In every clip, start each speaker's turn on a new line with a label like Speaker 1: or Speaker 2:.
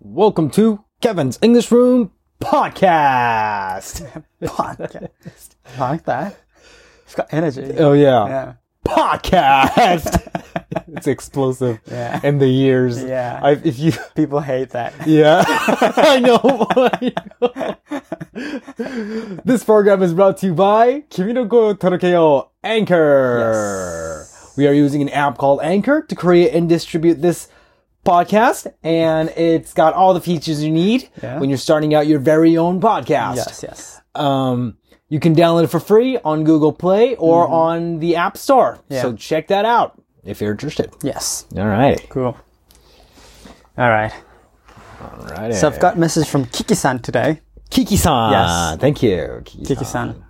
Speaker 1: Welcome to Kevin's English Room Podcast.
Speaker 2: podcast. I like that. It's got energy.
Speaker 1: Oh yeah,
Speaker 2: Yeah.
Speaker 1: podcast. it's explosive.
Speaker 2: Yeah.
Speaker 1: In the years.
Speaker 2: Yeah.
Speaker 1: I, if you.
Speaker 2: People hate that.
Speaker 1: Yeah. I know. I know. this program is brought to you by Kiminoko Torokeo Anchor. We are using an app called Anchor to create and distribute this podcast, and it's got all the features you need
Speaker 2: Yeah.
Speaker 1: when you're starting out your very own podcast.
Speaker 2: Yes, yes.
Speaker 1: Um, you can download it for free on Google Play or
Speaker 2: Mm-hmm.
Speaker 1: on the App Store. So check that out if you're interested.
Speaker 2: Yes.
Speaker 1: All right.
Speaker 2: Cool. All right.
Speaker 1: All right.
Speaker 2: So I've got a message from Kiki-san today.
Speaker 1: Kiki-san.
Speaker 2: Yes.
Speaker 1: Thank you. Kiki-san.
Speaker 2: さん。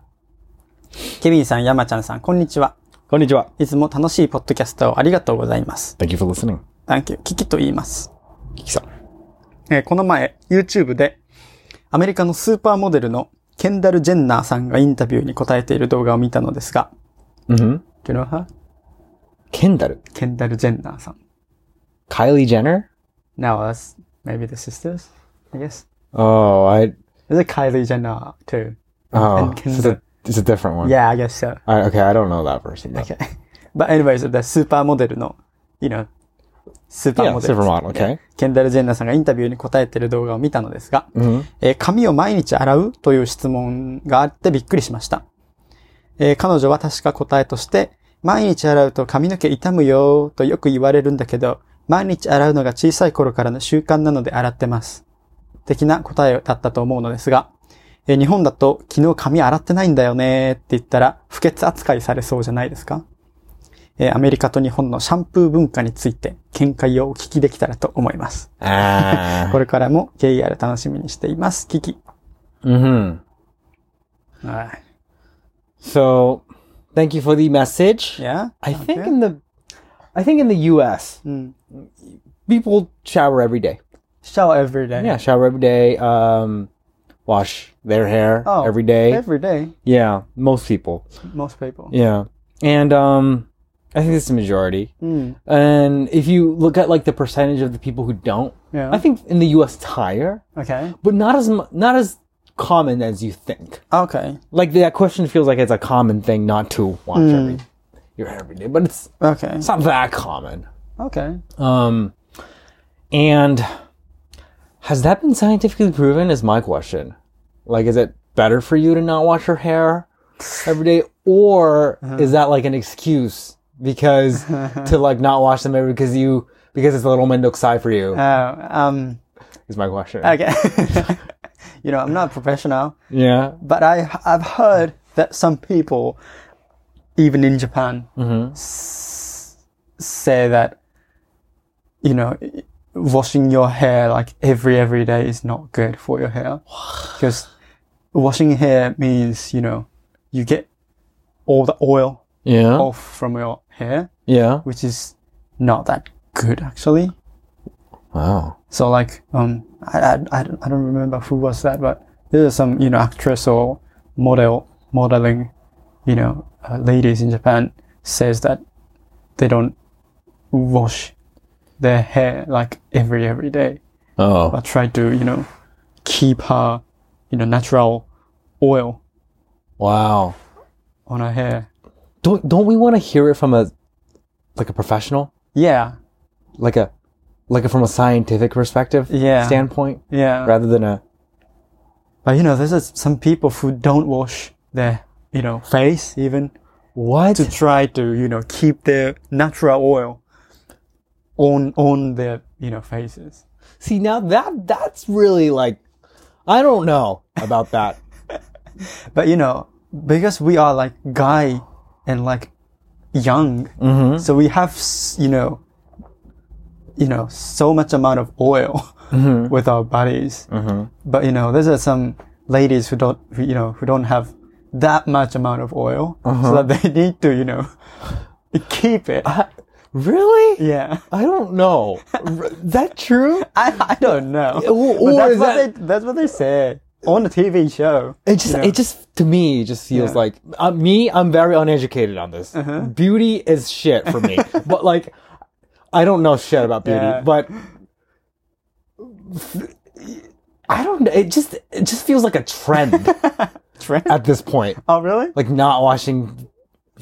Speaker 2: ケビンさん、山ちゃんさん、こんにちは。
Speaker 1: こんにちは。
Speaker 2: いつも楽しいポッドキャストをありがとうございます。
Speaker 1: Thank you for listening.
Speaker 2: Thank you. キキと言います。
Speaker 1: Kiki-san.
Speaker 2: えーこの前、YouTube で、アメリカのスーパーモデルのケンダル・ジェンナーさんがインタビューに答えている動画を見たのですが、
Speaker 1: Mm-hmm.
Speaker 2: Do you know her?
Speaker 1: Kendall.
Speaker 2: ケンダル・ジェンナーさん。
Speaker 1: Kylie Jenner?
Speaker 2: Now us, maybe the sisters, I guess.
Speaker 1: Oh, I...
Speaker 2: Is it Kylie Jenner too?
Speaker 1: Oh,
Speaker 2: And Kendall.
Speaker 1: it's a, it's a different one.
Speaker 2: Yeah, I guess so.
Speaker 1: I, okay, I don't know that person. though.
Speaker 2: Okay. But anyways, the supermodel の、you know,
Speaker 1: Yeah,
Speaker 2: supermodel.
Speaker 1: supermodel, okay.
Speaker 2: ケンダル・ジェンナーさんがインタビューに答えてる動画を見たのですが、えー髪を毎日洗うという質問があってびっくりしました。えー彼女は確か答えとして、毎日洗うと髪の毛傷むよーとよく言われるんだけど、毎日洗うのが小さい頃からの習慣なので洗ってます。的な答えだったと思うのですが、えー日本だと昨日髪洗ってないんだよねーって言ったら不潔扱いされそうじゃないですかえーアメリカと日本のシャンプー文化について見解をお聞きできたらと思います。
Speaker 1: Ah.
Speaker 2: これからも KER 楽しみにしています。キキ。
Speaker 1: mm-hmm.
Speaker 2: はい。
Speaker 1: So, thank you for the message.
Speaker 2: Yeah?
Speaker 1: I think in the... I think in the U.S.,
Speaker 2: うん。
Speaker 1: people shower every day.
Speaker 2: shower every day.
Speaker 1: Yeah, shower every day. Um, wash their hair
Speaker 2: Oh,
Speaker 1: every day.
Speaker 2: Every day.
Speaker 1: yeah, most people.
Speaker 2: Most people.
Speaker 1: Yeah, and um, I think it's the majority.
Speaker 2: うん。
Speaker 1: And if you look at like the percentage of the people who don't,
Speaker 2: Yeah.
Speaker 1: I think in the U.S. it's higher,
Speaker 2: Okay.
Speaker 1: but not as mu- not as common as you think.
Speaker 2: Okay.
Speaker 1: Like that question feels like it's a common thing not to wash
Speaker 2: Hmm.
Speaker 1: every your hair every day, but it's
Speaker 2: Okay.
Speaker 1: it's not that common.
Speaker 2: Okay.
Speaker 1: Um, and has that been scientifically proven? Is my question. Like, is it better for you to not wash your hair every day, or is that like an excuse because to like not wash them every because you because it's a little mendoksai for you?
Speaker 2: Oh, um,
Speaker 1: Is my question.
Speaker 2: okay. you know, I'm not professional,
Speaker 1: Yeah.
Speaker 2: but I, I've heard that some people, even in Japan, s- say that, you know, washing your hair like every, every day is not good for your hair. Because washing hair means, you know, you get all the oil
Speaker 1: Yeah.
Speaker 2: off from your hair,
Speaker 1: Yeah.
Speaker 2: which is not that good actually.
Speaker 1: Wow.
Speaker 2: So like, um, I, I, I, don't, I don't remember who was that, but there are some, you know, actress or model, modeling, you know, uh, ladies in Japan says that they don't wash their hair like every, every day,
Speaker 1: Oh.
Speaker 2: but try to, you know, keep her, you know, natural oil
Speaker 1: Wow.
Speaker 2: on her hair.
Speaker 1: Don't don't we want to hear it from a like a professional,
Speaker 2: Yeah.
Speaker 1: like a like a, from a scientific perspective
Speaker 2: Yeah.
Speaker 1: standpoint,
Speaker 2: Yeah.
Speaker 1: rather than a
Speaker 2: But you know, there's just some people who don't wash their, you know, face even.
Speaker 1: what?
Speaker 2: to try to you know keep their natural oil on on their you know faces.
Speaker 1: See now that that's really like I don't know about that.
Speaker 2: But you know because we are like guy and like young, so we have s- you know you know so much amount of oil with our bodies. But you know there's uh, some ladies who don't who, you know who don't have that much amount of oil, so that they need to you know keep it.
Speaker 1: really?
Speaker 2: Yeah.
Speaker 1: I don't know. R- that true?
Speaker 2: I, I don't know.
Speaker 1: or-
Speaker 2: But
Speaker 1: or
Speaker 2: that's,
Speaker 1: is
Speaker 2: what
Speaker 1: that- Eh.
Speaker 2: they, that's what they say on the TV show.
Speaker 1: It just
Speaker 2: Yeah.
Speaker 1: it just to me it just feels
Speaker 2: Yeah. Uh-huh.
Speaker 1: like uh, me I'm very uneducated on this. Beauty is shit for me. but like I don't know shit about beauty,
Speaker 2: Yeah.
Speaker 1: but I don't know. It just it just feels like a trend
Speaker 2: Trend?
Speaker 1: at this point.
Speaker 2: Oh, really?
Speaker 1: Like not washing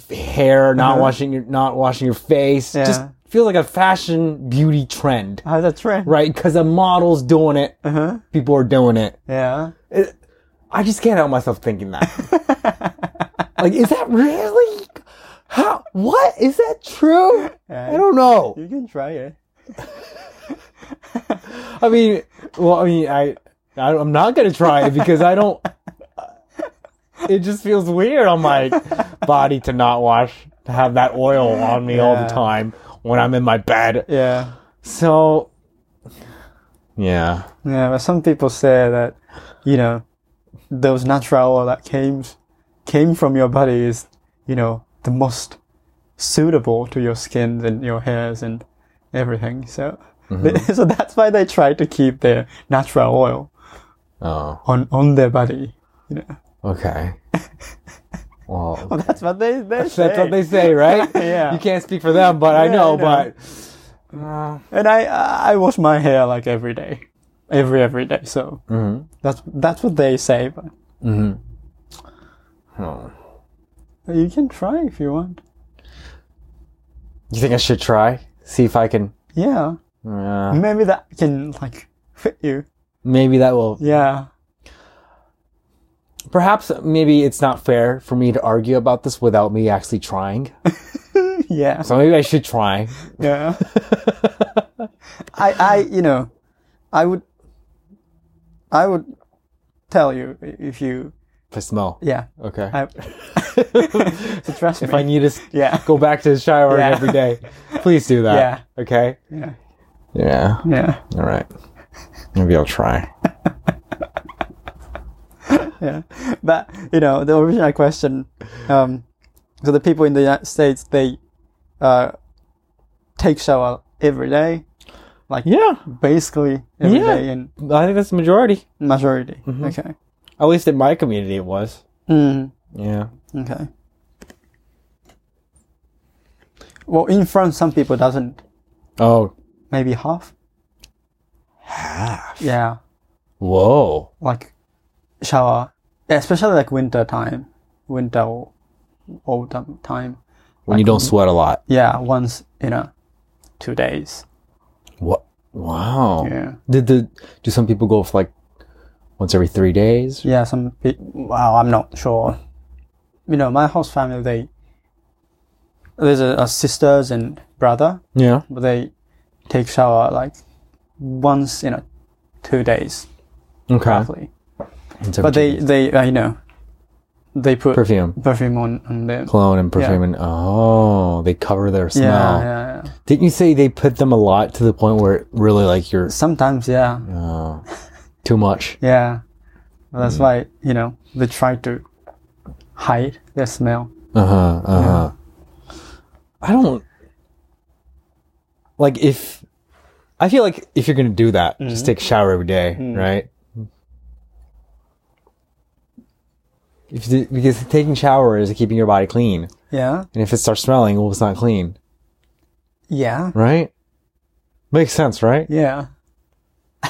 Speaker 1: hair, not washing your not washing your face. Just
Speaker 2: Yeah.
Speaker 1: feels like a fashion beauty trend,
Speaker 2: How's that trend?
Speaker 1: right? Because a model's doing it, people are doing it.
Speaker 2: Yeah.
Speaker 1: I just can't help myself thinking that. like, is that really? How? What is that true? I don't know.
Speaker 2: You can try it.
Speaker 1: I mean, well, I mean, I, I I'm not gonna try it because I don't. It just feels weird on my body to not wash, to have that oil on me all
Speaker 2: Yeah.
Speaker 1: the time when I'm in my bed.
Speaker 2: Yeah.
Speaker 1: So, yeah,
Speaker 2: Yeah, but some people say that, you know, those natural oil that came came from your body is, you know, the most suitable to your skin and your hairs and everything. So,
Speaker 1: Mm-hmm.
Speaker 2: so that's why they try to keep their natural oil
Speaker 1: oh,
Speaker 2: on on their body. You know,
Speaker 1: okay. Well,
Speaker 2: that's what they they say.
Speaker 1: that's what they say, right?
Speaker 2: Yeah.
Speaker 1: You can't speak for them, but I know.
Speaker 2: Yeah, I know.
Speaker 1: But uh,
Speaker 2: And I I wash my hair like every day, every every day. So
Speaker 1: Mm-hmm.
Speaker 2: that's that's what they say. But
Speaker 1: oh.
Speaker 2: you can try if you want.
Speaker 1: you think I should try? See if I can.
Speaker 2: Yeah.
Speaker 1: Uh,
Speaker 2: Maybe that can like fit you.
Speaker 1: maybe that will
Speaker 2: Yeah.
Speaker 1: Perhaps maybe it's not fair for me to argue about this without me actually trying.
Speaker 2: Yeah.
Speaker 1: So maybe I should try.
Speaker 2: Yeah. I I you know, I would I would tell you if you
Speaker 1: If I smell.
Speaker 2: yeah.
Speaker 1: Okay.
Speaker 2: I so trust
Speaker 1: if
Speaker 2: me.
Speaker 1: I need to s-
Speaker 2: yeah.
Speaker 1: go back to showering
Speaker 2: Yeah.
Speaker 1: every day, please do that.
Speaker 2: Yeah.
Speaker 1: Okay.
Speaker 2: Yeah.
Speaker 1: Yeah.
Speaker 2: Yeah.
Speaker 1: All right. Maybe I'll try.
Speaker 2: Yeah. But you know, the original question um so the people in the United States they uh take shower every day. Like
Speaker 1: Yeah.
Speaker 2: basically every day
Speaker 1: Yeah. Mm-hmm.
Speaker 2: in
Speaker 1: I think that's the majority.
Speaker 2: majority. Okay.
Speaker 1: At least in my community, it was.
Speaker 2: Mm.
Speaker 1: Yeah.
Speaker 2: Okay. Well, in France, some people doesn't.
Speaker 1: Oh.
Speaker 2: Maybe half.
Speaker 1: Half.
Speaker 2: Yeah,
Speaker 1: Whoa.
Speaker 2: like shower, especially like winter time, winter or autumn time.
Speaker 1: When you don't sweat a lot.
Speaker 2: Yeah, once in a two days.
Speaker 1: What? Wow.
Speaker 2: Yeah.
Speaker 1: Did the do some people go for like once every three days?
Speaker 2: Yeah, some pe Wow, I'm not sure. You know, my host family they. There's a, a sisters and brother,
Speaker 1: Yeah.
Speaker 2: but they take shower like once in a two days
Speaker 1: Okay.
Speaker 2: roughly.
Speaker 1: Once every
Speaker 2: But
Speaker 1: two
Speaker 2: they, they uh, you know, they put perfume,
Speaker 1: perfume,
Speaker 2: on, on them.
Speaker 1: cologne, and perfume, and oh, they cover their smell.
Speaker 2: Yeah, yeah, yeah.
Speaker 1: Didn't you say they put them a lot to the point where it really like you're
Speaker 2: Sometimes, yeah,
Speaker 1: oh, too much?
Speaker 2: yeah. That's why you know they try to hide their smell.
Speaker 1: Uh huh. Uh huh. I don't like if I feel like if you're gonna do that,
Speaker 2: Mm-hmm.
Speaker 1: just take a shower every day,
Speaker 2: Mm.
Speaker 1: right? If the, because taking shower is keeping your body clean,
Speaker 2: Yeah,
Speaker 1: and if it starts smelling, well, it's not clean,
Speaker 2: yeah,
Speaker 1: right? Makes sense, right?
Speaker 2: yeah.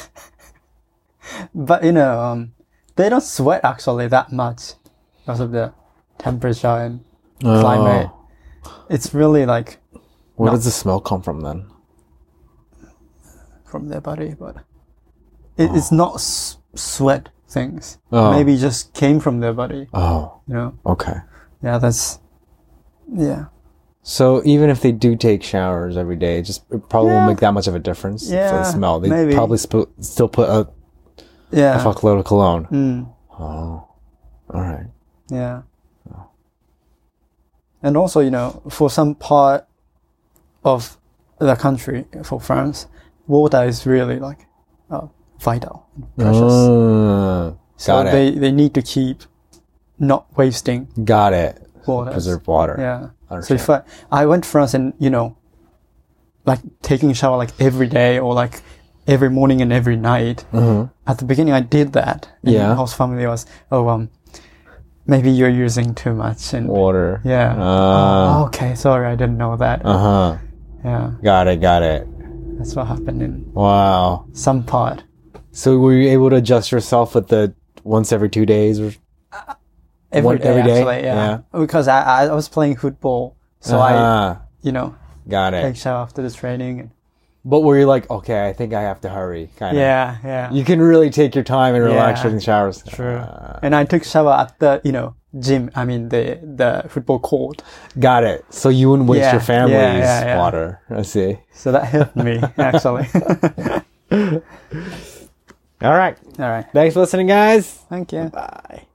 Speaker 2: but you know, um, they don't sweat actually that much because of the temperature and climate.
Speaker 1: Oh.
Speaker 2: It's really like
Speaker 1: Where does the smell come from then?
Speaker 2: from their body, but it, it's not s- sweat things.
Speaker 1: Oh.
Speaker 2: Maybe just came from their body.
Speaker 1: Oh,
Speaker 2: You know?
Speaker 1: okay.
Speaker 2: Yeah, that's yeah,
Speaker 1: So even if they do take showers every day, it just it probably
Speaker 2: Yeah.
Speaker 1: won't make that much of a difference for
Speaker 2: Yeah,
Speaker 1: the smell. They
Speaker 2: maybe.
Speaker 1: probably sp- still put a
Speaker 2: yeah,
Speaker 1: fuckload of cologne.
Speaker 2: Mm,
Speaker 1: Oh, all right.
Speaker 2: yeah. And also, you know, for some part of the country, for France, water is really like uh, vital, and precious.
Speaker 1: Mm,
Speaker 2: so
Speaker 1: got it.
Speaker 2: they they need to keep not wasting
Speaker 1: got it.
Speaker 2: water.
Speaker 1: Preserve water.
Speaker 2: Yeah. So
Speaker 1: Understand.
Speaker 2: if I, I went to France and, you know, like taking a shower like every day or like every morning and every night, at the beginning I did that. And
Speaker 1: Mm-hmm. Yeah.
Speaker 2: The host family was, oh, um, maybe you're using too much. And
Speaker 1: Water.
Speaker 2: yeah.
Speaker 1: Ah.
Speaker 2: Oh, okay. Sorry. I didn't know that.
Speaker 1: Uh huh.
Speaker 2: yeah.
Speaker 1: Got it. Got it.
Speaker 2: That's what happened in
Speaker 1: Wow.
Speaker 2: some part.
Speaker 1: So were you able to adjust yourself with the once every two days? Or,
Speaker 2: Every
Speaker 1: One-
Speaker 2: day,
Speaker 1: every day?
Speaker 2: actually, yeah. Because I, I was playing football, so I,
Speaker 1: Ah,
Speaker 2: you know,
Speaker 1: got it.
Speaker 2: take shower after the training. And,
Speaker 1: But were you like, okay, I think I have to hurry? Kind of.
Speaker 2: yeah, yeah,
Speaker 1: You can really take your time and relax
Speaker 2: Yeah.
Speaker 1: during showers.
Speaker 2: true.
Speaker 1: Ah,
Speaker 2: and I took shower at the, you know, gym. I mean, the the football court.
Speaker 1: got it. So you wouldn't waste
Speaker 2: Yeah,
Speaker 1: your family's
Speaker 2: yeah, yeah, yeah.
Speaker 1: water. I see.
Speaker 2: So that helped me actually.
Speaker 1: All right.
Speaker 2: All right.
Speaker 1: Thanks for listening, guys.
Speaker 2: Thank you.
Speaker 1: Bye.